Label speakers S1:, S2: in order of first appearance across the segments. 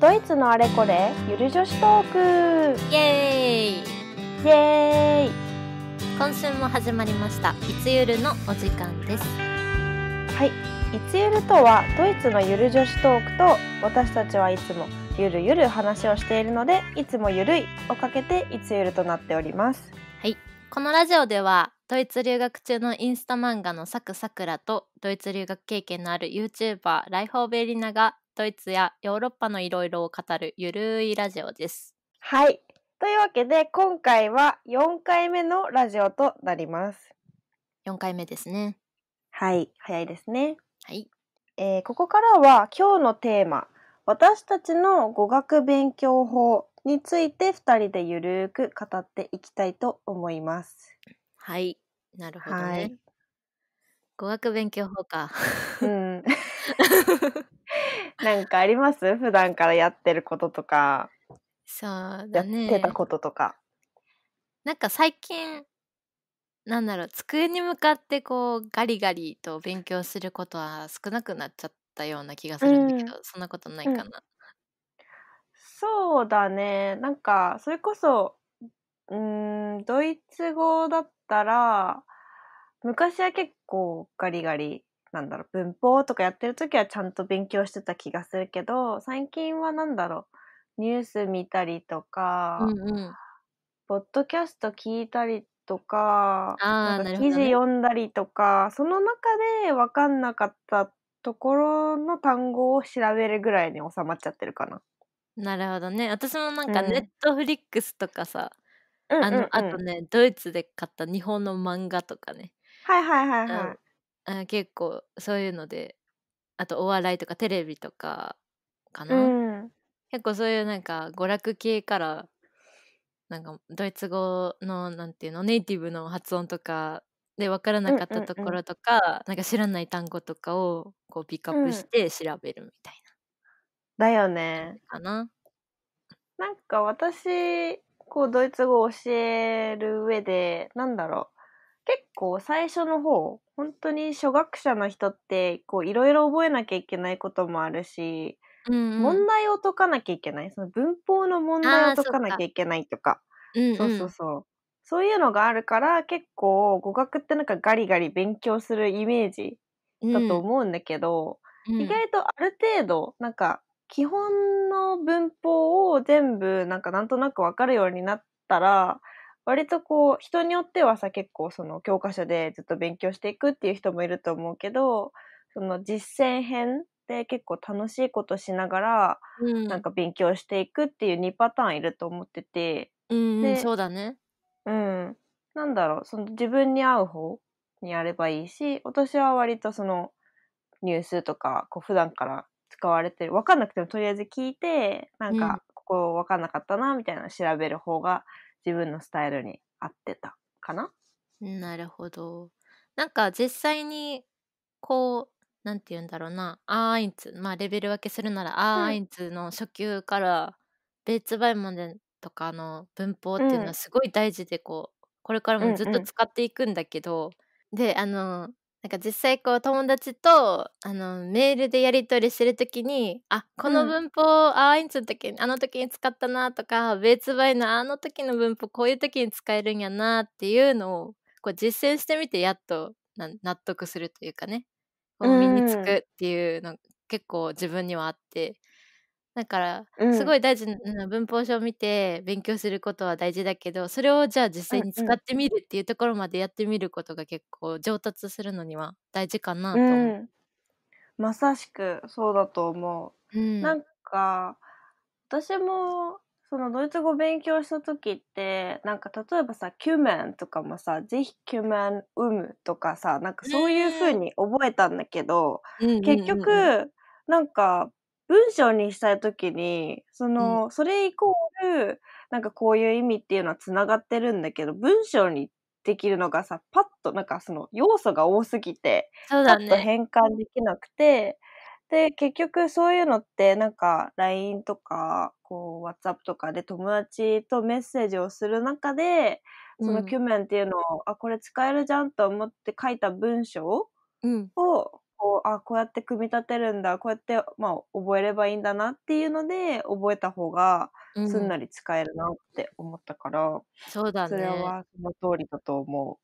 S1: ドイツのあれこれゆる女子トーク
S2: イエーイ
S1: イエーイ
S2: 今週も始まりました「いつゆる」のお時間です
S1: はい「いつゆる」とはドイツのゆる女子トークと私たちはいつもゆるゆる話をしているのでいつもゆるいをかけていつゆるとなっております
S2: このラジオではドイツ留学中のインスタ漫画のサクサクラとドイツ留学経験のある YouTuber ライホーベリナがドイツやヨーロッパのいろいろを語るゆるいラジオです
S1: はいというわけで今回は4回目のラジオとなります
S2: 4回目ですね
S1: はい早いですね
S2: はい
S1: えーここからは今日のテーマ私たちの語学勉強法について2人でゆるーく語っていきたいと思います。
S2: はいなるほどね、
S1: はい
S2: 語学勉強法か
S1: うん、 なんかあります普段からやってることとか、
S2: そう
S1: や
S2: だ
S1: っ
S2: ね
S1: てたこととか。
S2: なんか最近なんだろう机に向かってこうガリガリと勉強することは少なくなっちゃったような気がするんだけど、そんなことないかな、
S1: うんそうだねなんかそれこそうーんドイツ語だったら昔は結構ガリガリなんだろう文法とかやってる時はちゃんと勉強してた気がするけど最近はなんだろうニュース見たりとか、
S2: うんうん、
S1: ポッドキャスト聞いたりとか
S2: あー
S1: なんか
S2: なるほ
S1: 記
S2: どね
S1: 事読んだりとかその中で分かんなかったところの単語を調べるぐらいに収まっちゃってるかな。
S2: なるほどね私もなんか
S1: うん
S2: ネットフリックスとかさ、
S1: うん
S2: あ
S1: うんう
S2: の
S1: ん
S2: あとねドイツで買った日本の漫画とかね
S1: はいはいはいはい。
S2: あ結構そういうのであとお笑いとかテレビとかかな、
S1: うん、
S2: 結構そういうなんか娯楽系からなんかドイツ語のなんていうのネイティブの発音とかで分からなかっ
S1: うんうん
S2: た
S1: うん
S2: ところとか、なんか知らない単語とかをこうピックアッ
S1: うん
S2: プして調べるみたい
S1: だよね。
S2: なかな。
S1: なんか私こうドイツ語を教える上でなんだろう結構最初の方本当に初学者の人ってこういろいろ覚えなきゃいけないこともあるし、
S2: うんうん
S1: 問題を解かなきゃいけないその文法の問題
S2: あ
S1: を
S2: ー
S1: 解
S2: そっか
S1: かなきゃいけないとか
S2: うん
S1: そうそうそう、そういうのがあるから結構語学ってなんかガリガリ勉強するイメージ
S2: うん
S1: だと思うんだけど、
S2: うん
S1: 意外とある程度なんか基本の文法を全部なんかなんとなくわかるようになったら割とこう人によってはさ結構その教科書でずっと勉強していくっていう人もいると思うけどその実践編で結構楽しいことしながら
S2: うん
S1: なんか勉強していくっていう2パターンいると思ってて
S2: うんうん
S1: で
S2: そうだね。
S1: うんなんだろうその自分に合う方にやればいいし私は割とそのニュースとかこう普段から使われてる分かんなくてもとりあえず聞いてなん
S2: うん
S1: かここ分かんなかったなみたいなの調べる方が自分のスタイルに合ってたかな
S2: なるほど。なんか実際にこうなんて言うんだろうなアーアインツまあレベル分けするならアーアインツの初級からベーツバイマネとかの文法っていうの
S1: うん
S2: はすごい大事でこうこれからもずっ
S1: うんう
S2: と
S1: ん
S2: 使っていくんだけど、であのなんか実際こう友達とあのメールでやり取りしてる時にあこ
S1: う
S2: の
S1: ん
S2: 文法をアーインツの時にあの時に使ったなとかベーツバイのあの時の文法こういう時に使えるんやなっていうのをこう実践してみてやっとな納得するというかねこう身につ
S1: うん
S2: くっていうの結構自分にはあってだから
S1: うん
S2: すごい大事な文法書を見て勉強することは大事だけどそれをじゃあ実際に使
S1: うんうん
S2: ってみるっていうところまでやってみることが結構上達するのには大事かなと
S1: う
S2: 思う。
S1: んまさしくそうだと思う
S2: うん
S1: なんか私もそのドイツ語勉強した時ってなんか例えばさ「キュメン」とかもさ「ぜひキュメンウム」とかさなんかそういう風に覚えたんだけど、
S2: うんうんうん
S1: 結局、なんか文章にしたい時にその、それイコールなんかこういう意味っていうのはつながってるんだけど文章にできるのがさパッとなんかその要素が多すぎて
S2: そう
S1: パ
S2: だ
S1: ッと
S2: ね。
S1: 変換できなくて、で、結局そういうのって、なんか LINE とか、こう WhatsApp とかで友達とメッセージをする中で、そうの
S2: ん
S1: キュメンっていうのを、あ、これ使えるじゃんと思って書いた文章
S2: うん
S1: を、こう、あ、こうやって組み立てるんだ、こうやって、まあ、覚えればいいんだなっていうので、覚えた方が
S2: う。
S1: すんなんり使えるなって思ったから、
S2: そうだ
S1: それ
S2: ね。
S1: はその通りだと思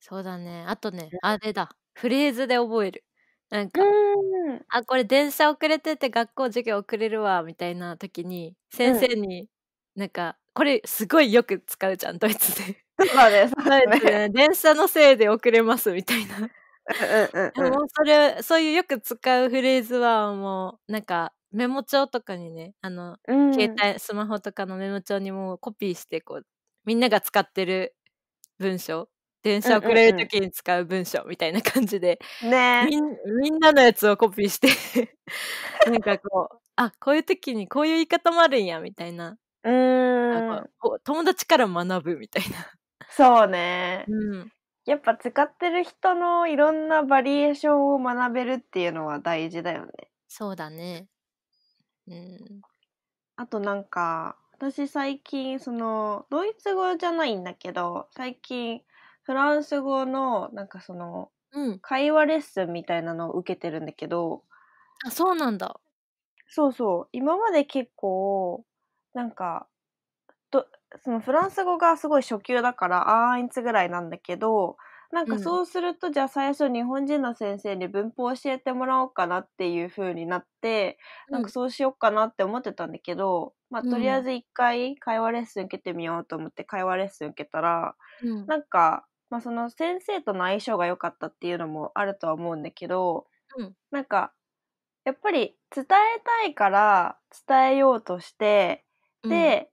S2: そうだね。あとね、
S1: う。
S2: あれだ。フレーズで覚える。なん
S1: う
S2: か、
S1: ーん。
S2: あ、これ電車遅れてて学校授業遅れるわ、みたいな時に、
S1: う
S2: 先生
S1: ん。
S2: に、なんか、これすごいよく使うじゃん、ドイツで。
S1: そうだね、そう
S2: ドイ
S1: だ
S2: ツ
S1: ね。
S2: で電車のせいで遅れます、みたいな。
S1: うん
S2: で
S1: うんうんう
S2: も
S1: ん。
S2: それ、そういうよく使うフレーズはもう、なんかメモ帳とかにね、あの、
S1: う
S2: 携
S1: ん。
S2: 帯、スマホとかのメモ帳にもうコピーして、こう、みんなが使ってる文章、電
S1: うん
S2: 車遅れ
S1: う
S2: る
S1: んう
S2: ときに使う文章みたいな感じで、
S1: ん。ね
S2: みん、みんなのやつをコピーして なんかこう、あ、こういう時にこういう言い方もあるんや、みたいな。
S1: う
S2: なん
S1: ー
S2: か
S1: ん。
S2: こう友達から学ぶみたいな。
S1: そうね。
S2: うん。
S1: やっぱ使ってる人のいろんなバリエーションを学べるっていうのは大事だよね。
S2: そうだね。うん。
S1: あとなんか、私最近、その、ドイツ語じゃないんだけど、最近、フランス語の、なんかその、
S2: うん。
S1: 会話レッスンみたいなのを受けてるんだけど、
S2: あ、そうなんだ。
S1: そうそう、今まで結構、なんか、どそのフランス語がすごい初級だから、アーインツぐらいなんだけど、なん
S2: う
S1: か
S2: ん。
S1: そうすると、じゃあ最初日本人の先生に文法教えてもらおうかなっていう風になって、
S2: う
S1: なんか
S2: ん。
S1: そうしようかなって思ってたんだけど、まあ
S2: う
S1: とりあえ
S2: ん。
S1: ず一回会話レッスン受けてみようと思って会話レッスン受けたら、
S2: うん。
S1: なんか、まあその先生との相性が良かったっていうのもあるとは思うんだけど、
S2: うん。
S1: なんかやっぱり伝えたいから伝えようとして、
S2: うん。
S1: で、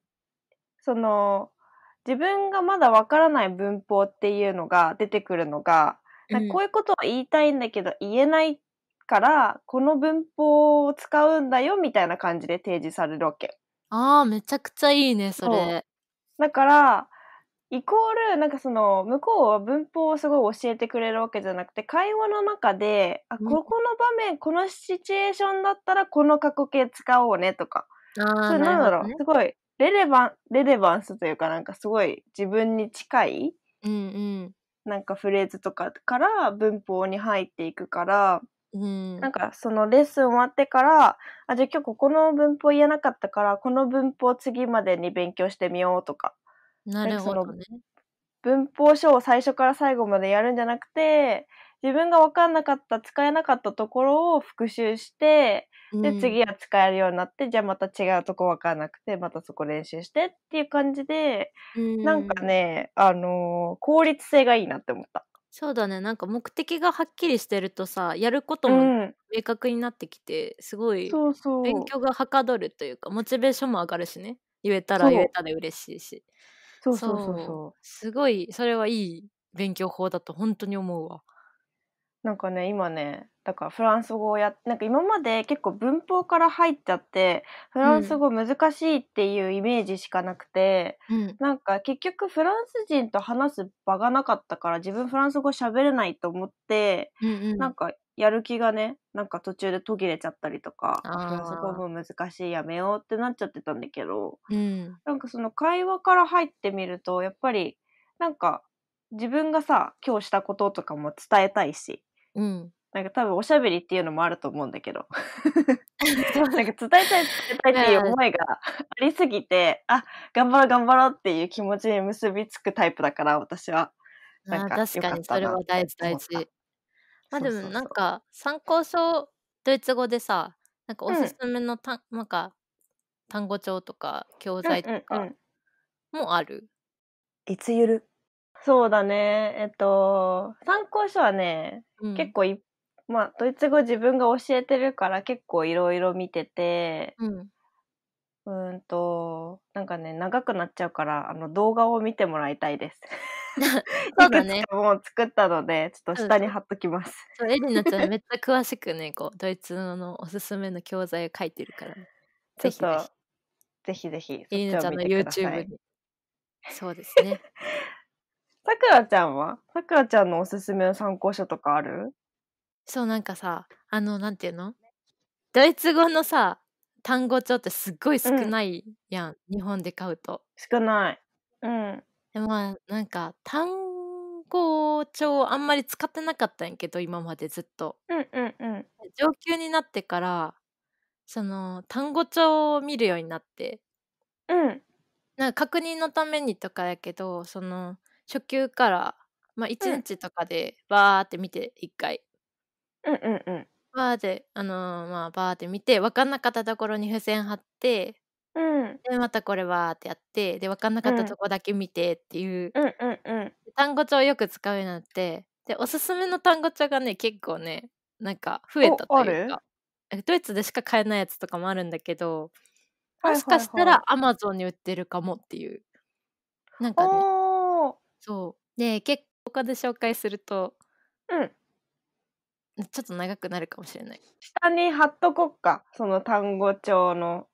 S1: その自分がまだわからない文法っていうのが出てくるのが、
S2: う
S1: なんかこ
S2: ん。
S1: ういうことを言いたいんだけど言えないから、この文法を使うんだよみたいな感じで提示されるわけ。
S2: ああ、めちゃくちゃいいね、そ
S1: そう。
S2: れ。
S1: だから、イコール、なんかその、向こうは文法をすごい教えてくれるわけじゃなくて、会話の中で、あ、
S2: うん。
S1: ここの場面、このシチュエーションだったら、この過去形使おうねとか、
S2: あ
S1: そ
S2: あ、
S1: れなん
S2: なるほ
S1: だ
S2: ど
S1: ろう、
S2: ね。
S1: すごい、レレバン、レレバンスというか、なんかすごい自分に近い、
S2: うんうん。
S1: なんかフレーズとかから文法に入っていくから、
S2: う
S1: なん
S2: ん。
S1: かそのレッスン終わってから、あ、じゃあ今日ここの文法言えなかったから、この文法次までに勉強してみようとか、な
S2: な
S1: んか
S2: る
S1: そ
S2: ほ
S1: の
S2: どね。
S1: 文法書を最初から最後までやるんじゃなくて、自分が分かんなかった、使えなかったところを復習して、
S2: う
S1: で、
S2: ん。
S1: 次は使えるようになって、じゃあまた違うとこ分かんなくて、またそこ練習してっていう感じで、
S2: う
S1: なんか
S2: ん。
S1: ね、あのー効率性がいいなって思った。
S2: そうだね。なんか目的がはっきりしてるとさ、やること
S1: う
S2: も
S1: ん。
S2: 明確になってきて、すごい
S1: そう
S2: 勉
S1: そう。
S2: 強がはかどるというか、モチベーションも上がるしね。言えたら言え
S1: そう。
S2: たで嬉しいし。
S1: そうそうそう
S2: そう。
S1: そう。
S2: すごい、それはいい勉強法だと本当に思うわ。
S1: なんかね、今ね、だからフランス語をやっ、なんか今まで結構文法から入っちゃって、フ
S2: う
S1: ランス
S2: ん。
S1: 語難しいっていうイメージしかなくて、
S2: うん。
S1: なんか結局フランス人と話す場がなかったから自分フランス語喋れないと思って、
S2: うんう
S1: なん
S2: ん。
S1: かやる気がね、なんか途中で途切れちゃったりとか、フランス語
S2: ああ。
S1: も難しいやめようってなっちゃってたんだけど、
S2: うん。
S1: なんかその会話から入ってみると、やっぱり、なんか自分がさ、今日したこととかも伝えたいし、
S2: うん。
S1: なんか多分おしゃべりっていうのもあると思うんだ けど、
S2: そう
S1: なんか伝えたい伝えたいっていう
S2: まあ、
S1: 思いがありすぎて、あ、頑張ろう頑張ろうっていう気持ちに結びつくタイプだから、私は、なん
S2: あー
S1: か
S2: 確
S1: 良
S2: か
S1: かっ
S2: にそ
S1: た
S2: れ
S1: なっ
S2: は大
S1: て
S2: 事大
S1: 思った。
S2: 事。まあ
S1: そ
S2: で
S1: う
S2: も
S1: そう
S2: なん
S1: そ
S2: か参考書ドイツ語でさなんか
S1: う。
S2: お
S1: う
S2: すす
S1: ん、
S2: めのたなんか単語帳とか教
S1: うん、
S2: 材と
S1: うん、う
S2: か
S1: ん。
S2: もある。
S1: いつゆるそうだね。えっと、参考書はね、
S2: う
S1: 結
S2: ん。
S1: 構い、まあ、ドイツ語自分が教えてるから結構いろいろ見てて、
S2: うん。
S1: うーんと、なんかね、長くなっちゃうから、あの、動画を見てもらいたいです。
S2: そ
S1: いうく
S2: だ
S1: つ
S2: ね。
S1: かもう作ったので、ちょっと
S2: そう
S1: 下に
S2: そう。
S1: 貼っときます。
S2: そうエリナ ちゃんめっちゃ詳しくねこうドイツ語のおすすめの教材を書いてるからね。
S1: ちょっ
S2: ぜひぜひ
S1: と、ぜひぜひ、
S2: エ
S1: そっ
S2: リ
S1: ち
S2: ナ
S1: を
S2: ちゃ
S1: 見
S2: んの
S1: てくだ
S2: YouTube
S1: さい。
S2: に。そうですね。
S1: さくらちゃんはさくらちゃんのおすすめの参考書とかある
S2: そうなんかさあのなんていうのドイツ語のさ単語帳ってすっごいう少
S1: ん、
S2: ないやん日本で買うと。
S1: 少ない。うん、
S2: でまあなんか単校帳をあんまり使ってなかったんやけど今までずっと
S1: うんうんうん。
S2: 上級になってからその単語帳を見るようになって
S1: うん。
S2: なんか確認のためにとかやけどその初級から、まあ、1日とかでバーって見て1回
S1: うんうんうん。
S2: バーであのーまあバーって見て分かんなかったところに付箋貼って
S1: うん
S2: でまたこれバーってやってで分かんなかったとこだけ見てっていう、
S1: うんうんうん。
S2: 単語帳をよく使うようになってでおすすめの単語帳がね結構ねなんか増えた
S1: お
S2: というかえドイツでしか買えないやつとかもあるんだけど
S1: はいはいはい
S2: もしかしたらアマゾンに売ってるかもっていうなんかね
S1: おー。
S2: そうで結構他で紹介すると
S1: うん。
S2: ちょっと長くなるかもしれない
S1: 下に貼っとこっか。その単語帳の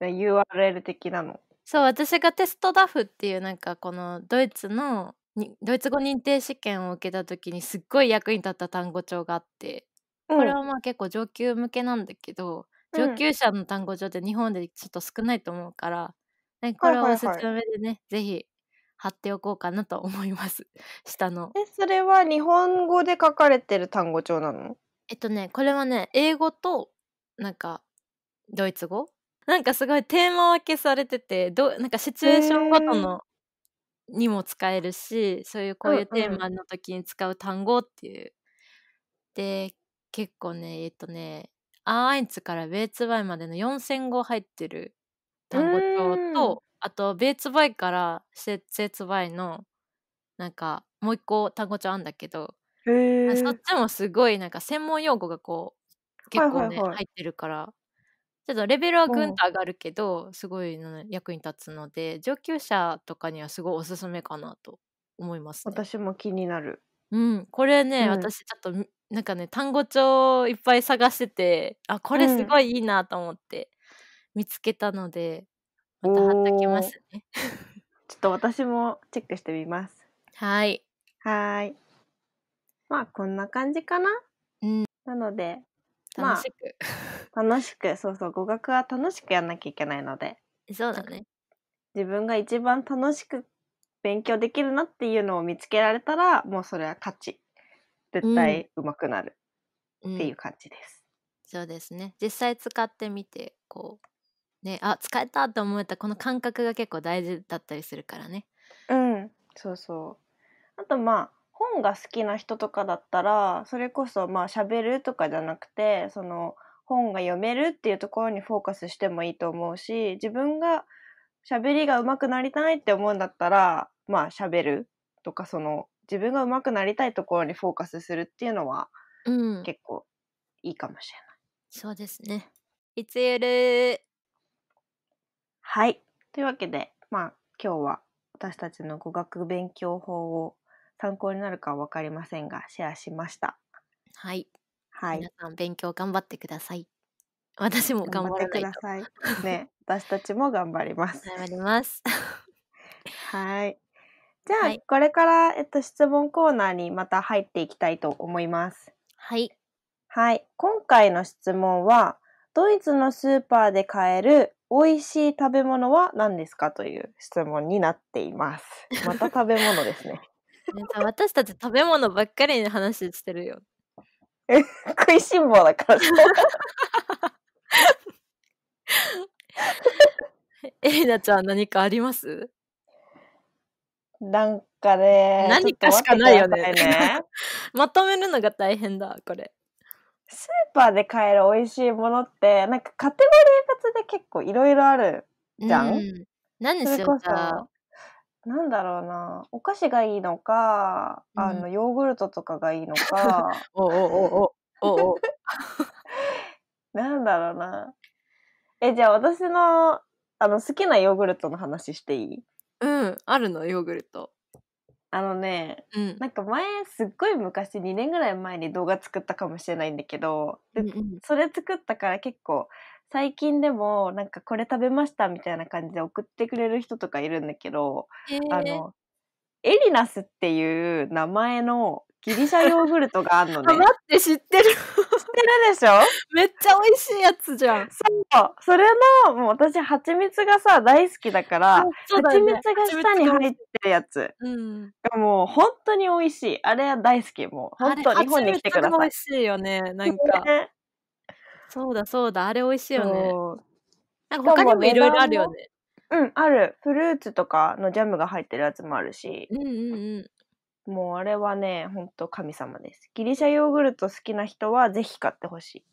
S1: ね URL 的なの。
S2: そう私がテストダフっていうなんかこのドイツのにドイツ語認定試験を受けた時にすっごい役に立った単語帳があって
S1: うん
S2: これはまあ結構上級向けなんだけ
S1: う
S2: ど、
S1: ん
S2: 上級者の単語帳って日本でちょっと少ないと思うから、ね、これははいお
S1: はい
S2: すす
S1: はい
S2: めでね、ぜひ貼っておこうかなと思います。下の。
S1: え、それは日本語で書かれてる単語帳なの
S2: えっとね、これはね、英語と、なんか、ドイツ語なんかすごいテーマ分けされてて、どうなんかシチュエーションごとのにも使えるし、そういうこういうテ
S1: うんう
S2: ー
S1: ん
S2: マの時に使う単語っていう。で、結構ね、えっとね、アーインツからベーツバイまでの4000語入ってる単語帳
S1: うーん
S2: と、あと、ベーツバイからシェッツェツバイの、なんか、もう一個単語帳あんだけど、
S1: へえ
S2: あそっちもすごいなんか専門用語がこう
S1: はい
S2: 結構ね、
S1: はいはい
S2: 入ってるからちょっとレベルはぐ
S1: うん
S2: んと上がるけど、すごいの役に立つので上級者とかにはすごいおすすめかなと思います、ね、
S1: 私も気になる。
S2: うん、これね、
S1: うん
S2: 私ちょっとみなんかね単語帳いっぱい探しててあこれすごいいいなと思って見つけたので、また貼っときますね
S1: ちょっと私もチェックしてみます。
S2: はい
S1: はーい。まあこんな感じかな。
S2: うん
S1: なのでまあ
S2: 楽しく、
S1: 楽しくそうそう語学は楽しくやんなきゃいけないので
S2: そうだね
S1: 自分が一番楽しく勉強できるなっていうのを見つけられたらもうそれは勝ち絶対上手くなる
S2: うん
S1: っていう感じです。
S2: そうですね実際使ってみてこうねあ使えたって思えたこの感覚が結構大事だったりするからね
S1: うん、そうそう。あとまあ本が好きな人とかだったらそれこそまあ喋るとかじゃなくてその本が読めるっていうところにフォーカスしてもいいと思うし自分が喋りが上手くなりたいって思うんだったらまあ喋るとかその自分が上手くなりたいところにフォーカスするっていうのは
S2: うん
S1: 結構いいかもしれない。
S2: そうですねいつゆる
S1: はい。というわけで、まあ、今日は私たちの語学勉強法を参考になるかは分かりませんが、シェアしました。
S2: はい、
S1: はい。
S2: 皆さん勉強頑張ってください私も頑張ら
S1: って
S2: な
S1: くだ
S2: いと
S1: さい。ね、私たちも頑張ります。
S2: 頑張ります
S1: はい。じゃあ、
S2: はい
S1: これから、えっと、質問コーナーにまた入っていきたいと思います。
S2: はい
S1: はい。今回の質問は、ドイツのスーパーで買える美味しい食べ物は何ですかという質問になっています。また食べ物です ね。
S2: 皆さん私たち食べ物ばっかりの話してるよ
S1: 食いしん坊だからさ
S2: えりなちゃん何かあります
S1: なんかね
S2: 何か
S1: ちょっと待って
S2: しかないよね
S1: くださいね
S2: まとめるのが大変だこれ
S1: スーパーで買える美味しいものってなんかカテゴリー別で結構いろいろあるじゃん
S2: うん、何に
S1: そ
S2: し
S1: れ
S2: よ
S1: こ
S2: う
S1: そ
S2: じゃあ
S1: なんだろうなお菓子がいいのか、
S2: うん
S1: あのヨーグルトとかがいいの か
S2: おうおうおうおうおうおう
S1: なんだろうなえじゃあ私のあの好きなヨーグルトの話していい
S2: うんあるのヨーグルト
S1: あのね
S2: うん
S1: なんか前すっごい昔2年ぐらい前に動画作ったかもしれないんだけど、で
S2: うんうん
S1: それ作ったから結構最近でもなんかこれ食べましたみたいな感じで送ってくれる人とかいるんだけど、
S2: えー
S1: あのエリナスっていう名前のギリシャヨーグルトがあるの
S2: あ、
S1: ね。
S2: 待って、知ってる。
S1: 知ってるでしょ
S2: めっちゃ美味しいやつじゃん。
S1: そう。それの、もう私、蜂蜜がさ、大好きだから、
S2: そうだ
S1: 蜂
S2: よね
S1: 蜜が下に入ってるやつ
S2: うん。
S1: がもう本当に美味しい。あれは大好き。もう
S2: あ
S1: 本
S2: れ
S1: 当日本に来てくださ
S2: 蜂蜜も美
S1: い。
S2: 味しいよね。なんか、
S1: ね
S2: そうだそうだ、あれ美味しいよね。
S1: そう
S2: なんか他にもいろいろあるよね。
S1: うん、ある。フルーツとかのジャムが入ってるやつもあるし、
S2: うんうんうん。
S1: もうあれはね、本当神様です。ギリシャヨーグルト好きな人はぜひ買ってほしい。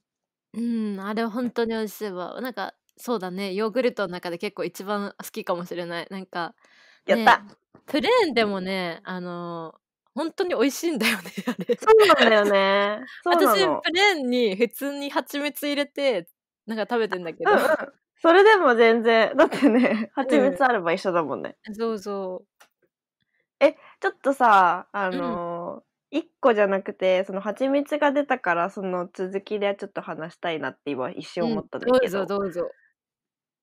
S2: うん、あれ本当に美味しいわ。なんか、そうだね、ヨーグルトの中で結構一番好きかもしれない。なんか、
S1: や
S2: ね
S1: った、
S2: プレーンでもね、あのー本当に美味しいんだよね、あれ。
S1: そうなんだよね。そうな
S2: 私、
S1: の。
S2: プレーンに普通に蜂蜜入れて、なんか食べてんだけ
S1: うんう
S2: ど
S1: ん。。それでも全然。だって ね、蜂蜜あれば一緒だもんね。
S2: そうそ
S1: ちょっとさ、あのー、1個じゃなくて、その蜂蜜が出たから、その続きでちょっと話したいなって今一
S2: う。
S1: 瞬思ったん
S2: う
S1: だ
S2: んど
S1: け
S2: う
S1: ど、
S2: ぞどうぞ。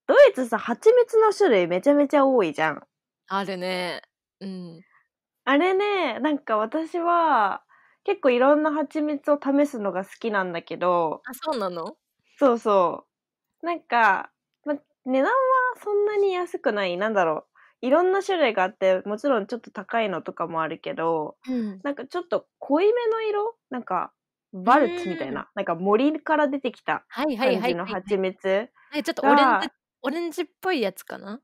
S1: ドイツさ、蜂蜜の種類めちゃめちゃ多いじゃん。
S2: あるね。うん。
S1: あれね、なんか私は、結構いろんな蜂蜜を試すのが好きなんだけど、
S2: あ、そうなの
S1: そうそう。なんか、ま、値段はそんなに安くない。なんだろう。いろんな種類があって、もちろんちょっと高いのとかもあるけど、
S2: うん。
S1: なんかちょっと濃いめの色なんか、バルツみたいな。なんか森から出てきた
S2: はいはい
S1: 感
S2: はい
S1: じ
S2: は
S1: の
S2: いはい。
S1: 蜂蜜。
S2: え、ちょっと
S1: が
S2: オレンジ、オレンジっぽいやつかな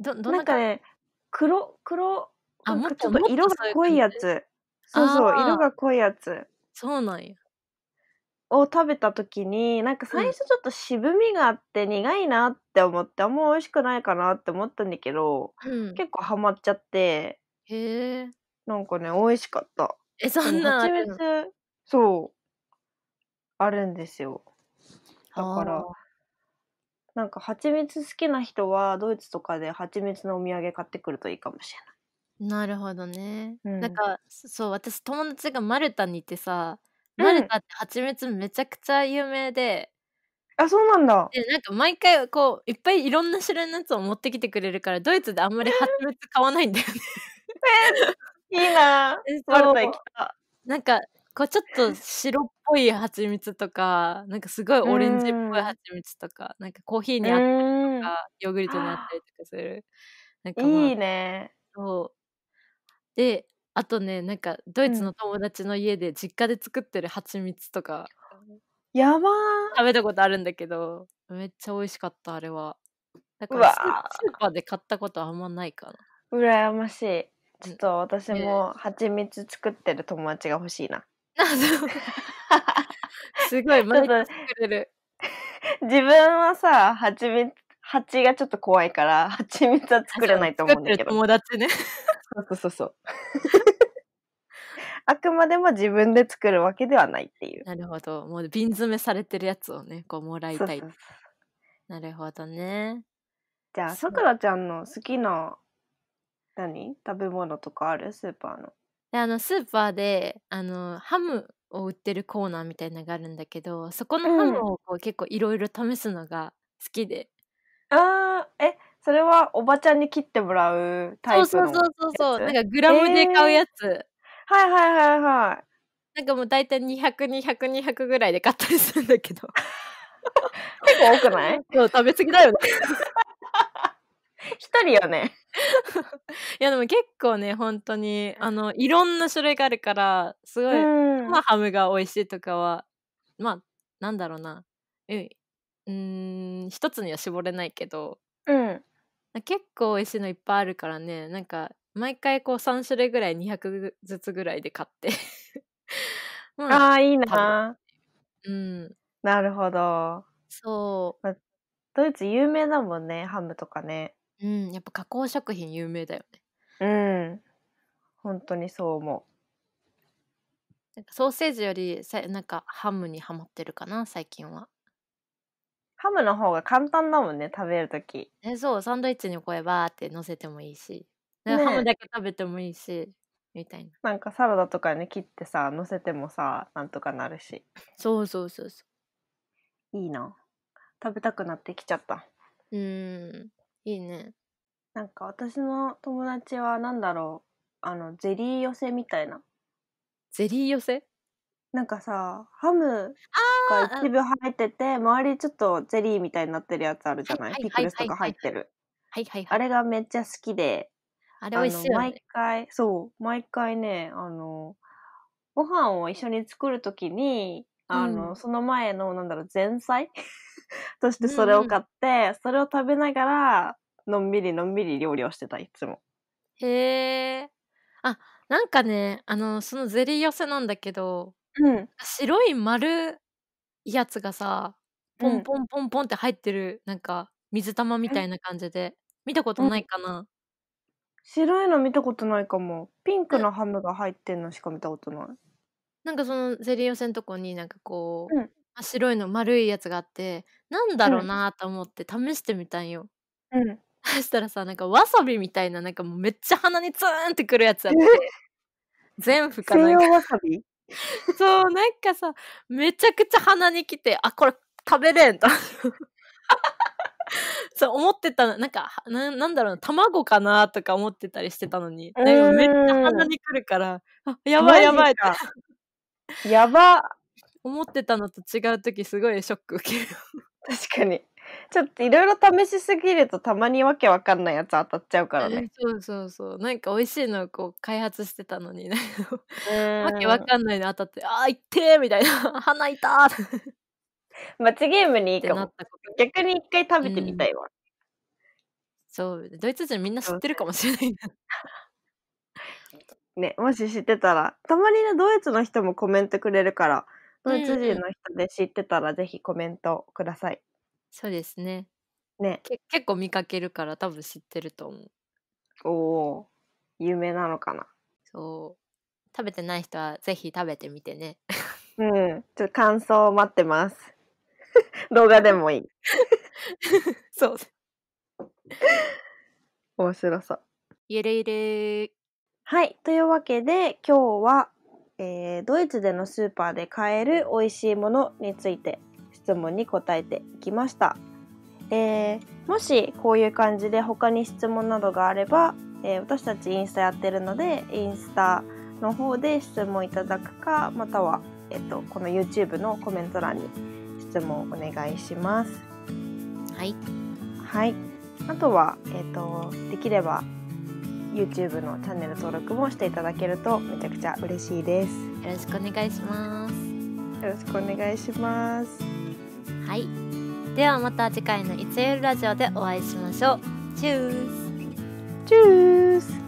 S2: ど、ど
S1: な
S2: んなん
S1: か
S2: 感じ
S1: ね、黒、黒、
S2: あ
S1: なん
S2: もっ
S1: か
S2: と
S1: ちょっと色が濃いやつ。そうそう、
S2: あー
S1: 色が濃いやつ
S2: そうなんや。
S1: を食べた時に、なんか最初ちょっと渋みがあって苦いなって思って、あんま美味しくないかなって思ったんだけど、
S2: うん。
S1: 結構ハマっちゃって、
S2: へえ。
S1: なんかね、美味しかった。
S2: え、そ
S1: で
S2: ん
S1: も
S2: なんあ
S1: 蜂
S2: る
S1: 蜜
S2: の、
S1: そう、あるんですよ。だ
S2: あー
S1: から、なんか蜂蜜好きな人は、ドイツとかで蜂蜜のお土産買ってくるといいかもし
S2: なるほどね。
S1: うん
S2: なんか、そそう、私、友達がマルタにいてさ、
S1: うん
S2: マルタって蜂蜜めちゃくちゃ有名で、
S1: れない。あ、そうなんだ。
S2: で、なんか毎回、こう、いっぱいいろんな種類のやつを持ってきてくれるから、ドイツであんまり蜂蜜買わないんだよね。
S1: いいな
S2: えそ
S1: ぁ。マ
S2: う
S1: ルタ行きた。
S2: なんか、こう、ちょっと白っぽい蜂蜜とか、なんかすごいオレンジっぽい蜂蜜とか、なんかコーヒーにあったり
S1: う
S2: とか、ヨーグルトにあったりとかする。なんか、
S1: ーん
S2: まあ
S1: いいね。
S2: そう。で、あとね、なんかドイツ
S1: うん
S2: の友達の家で実家で作ってる蜂蜜とか
S1: やば
S2: 食べたことあるんだけど、めっちゃ美味しかった、あれは。だか
S1: う
S2: ら
S1: わ
S2: スースーパーで買ったことはあんまないかな。
S1: ー。羨ましい。ちょっと私
S2: ね
S1: も蜂蜜作ってる友達が欲しいな。
S2: すごい、
S1: ちょ
S2: 毎
S1: っと
S2: 回作れる。
S1: 自分はさ、蜂蜜、蜂がちょっと怖いから、蜂蜜は作れないと思うんだけど。
S2: 作ってる友達ね。
S1: そうそうそうそう。 あくまでも自分で作るわけではないっていう。
S2: なるほど。もう瓶詰めされてるやつをね、こうもらい
S1: そう
S2: た
S1: そう
S2: い
S1: そう。
S2: なるほどね。
S1: じゃあ、
S2: そ
S1: さ
S2: う
S1: くらちゃんの好きな、何食べ物とかあるスーパーの。
S2: であのスーパーであのハムを売ってるコーナーみたいなのがあるんだけどそこのハ
S1: うん
S2: ムをこう結構いろいろ試すのが好きで、
S1: あー、え、それはおばちゃんに切ってもらうタイプ
S2: そ
S1: の。
S2: うそうそうそうそう
S1: や
S2: な
S1: つ
S2: んかグラムで買うやつ、
S1: はいはいはいはい。
S2: なんかもう大体200200200200ぐらいで買ったりするんだけど
S1: 結構多く ない
S2: そう食べ過ぎだよね
S1: 一人よね。
S2: いやでも結構ね本当にあのいろんな種類があるからすごい、
S1: うん
S2: まあハムが美味しいとかはまあなんだろうなうんうーん一つには絞れないけど
S1: うん。
S2: あ結構美味しいのいっぱいあるからねなんか毎回こう3種類ぐらい200ずつぐらいで買って まあ
S1: ああ、いいな。
S2: うん
S1: なるほど。
S2: そ
S1: ドイツ有名だもんね、ハムとかね。
S2: う、うん、やっぱ加工食品有名だよね
S1: うん。本当にそう思
S2: なんかソーセージよりさなんかハムにハマってるかな最近は
S1: う。ハムの方が簡単だもんね、食べるとき。
S2: えそうサンドイッチにこうバーって乗せてもいいし、なん
S1: ね
S2: か
S1: え
S2: ハムだけ食べてもいいしみたいな
S1: なんかサラダとかに切ってさ、乗せてもさ、なんとかなるし。
S2: そうそうそうそ
S1: いいな。食べたくなってきちゃった。
S2: ううんいいね
S1: なんか私の友達はなんだろう。あの、ゼリー寄せみたいな。
S2: ゼリー寄せ
S1: なんかさ、ハム
S2: あ
S1: が一部入ってて、周りちょっとゼリーみたいになってるやつあるじゃない
S2: はい
S1: ピ
S2: はい
S1: クルスとか入ってる。
S2: はいはいは
S1: あ
S2: い。
S1: れがめっちゃ好きで、
S2: あれ美味しい
S1: あの
S2: よね
S1: 毎。回、そう、毎回ね、あの、ご飯を一緒に作るときに、あの、
S2: うん
S1: その前の、なんだろう、前菜 として
S2: うんうん
S1: それを買って、それを食べながら、のんびりのんびり料理をしてた、いつも。
S2: へえ。あ、なんかね、あの、そのゼリー寄せなんだけど、
S1: うん。
S2: 白い丸いやつがさ、ポ
S1: うん
S2: ンポンポンポンって入ってる、なんか、水玉みたいな感じで。見たことないかな、
S1: 白いの見たことないかも。ピンクのハムが入ってんのしか見たことない。
S2: なんかそのゼリー寄せのとこになんかこう、
S1: うん
S2: あ白いの丸いやつがあって、なんだろう
S1: うん
S2: なと思って試してみたんよ。
S1: うん。
S2: そしたらさ、なんかわさびみたいな、なんかもうめっちゃ鼻にツーンってくるや つあって、全部か
S1: 西
S2: なんか。
S1: 洋わさ び
S2: そう、なんかさ、めちゃくちゃ鼻にきて、あ、これ食べれんと。 そう思ってたのなんかはななんだろう卵かなとか思ってたりしてたのに
S1: うーん
S2: なんかめっちゃ鼻にくるからあやばいやばいって
S1: マジかやば
S2: 思ってたのと違う時すごいショック受ける
S1: 確かに。ちょっといろいろ試しすぎるとたまにわけわかんないやつ当たっちゃうからね。
S2: そうそうそうなんか美味しいのをこう開発してたのにねわ
S1: わ
S2: けわかんないの当たってあー痛えみたいな 鼻痛ーっ
S1: 罰ゲームにいい
S2: て
S1: か
S2: な
S1: も
S2: っ。たこと
S1: 逆に一回食べてみたいわ。
S2: そうドイツ人みんな知ってるかもしれない な
S1: ね、もし知ってたら。たまにね、ドイツの人もコメントくれるから、ドイツ人の人で知ってたらぜひコメントください。
S2: そうですね
S1: ね。
S2: け結構見かけるから多分知ってると思う
S1: おおー有名なのかな。
S2: そう食べてない人はぜひ食べてみてね
S1: うん。ちょっと感想を待ってます。動画でもいい。
S2: そう
S1: 面白そう。
S2: ゆるゆる
S1: はい。というわけで、今日は、えードイツでのスーパーで買える美味しいものについて質問に答えていきました。えーもしこういう感じで他に質問などがあれば、えー私たちインスタやってるので、インスタの方で質問いただくか、または、えっと、この YouTube のコメント欄に質問お願いします。
S2: はい
S1: はい。あとは、えっ、と、できれば YouTube のチャンネル登録もしていただけるとめちゃくちゃ嬉しいです。
S2: よろしくお願いします
S1: よろしくお願いします。
S2: はいではまた次回のいつゆるラジオでお会いしましょうチュース
S1: チュース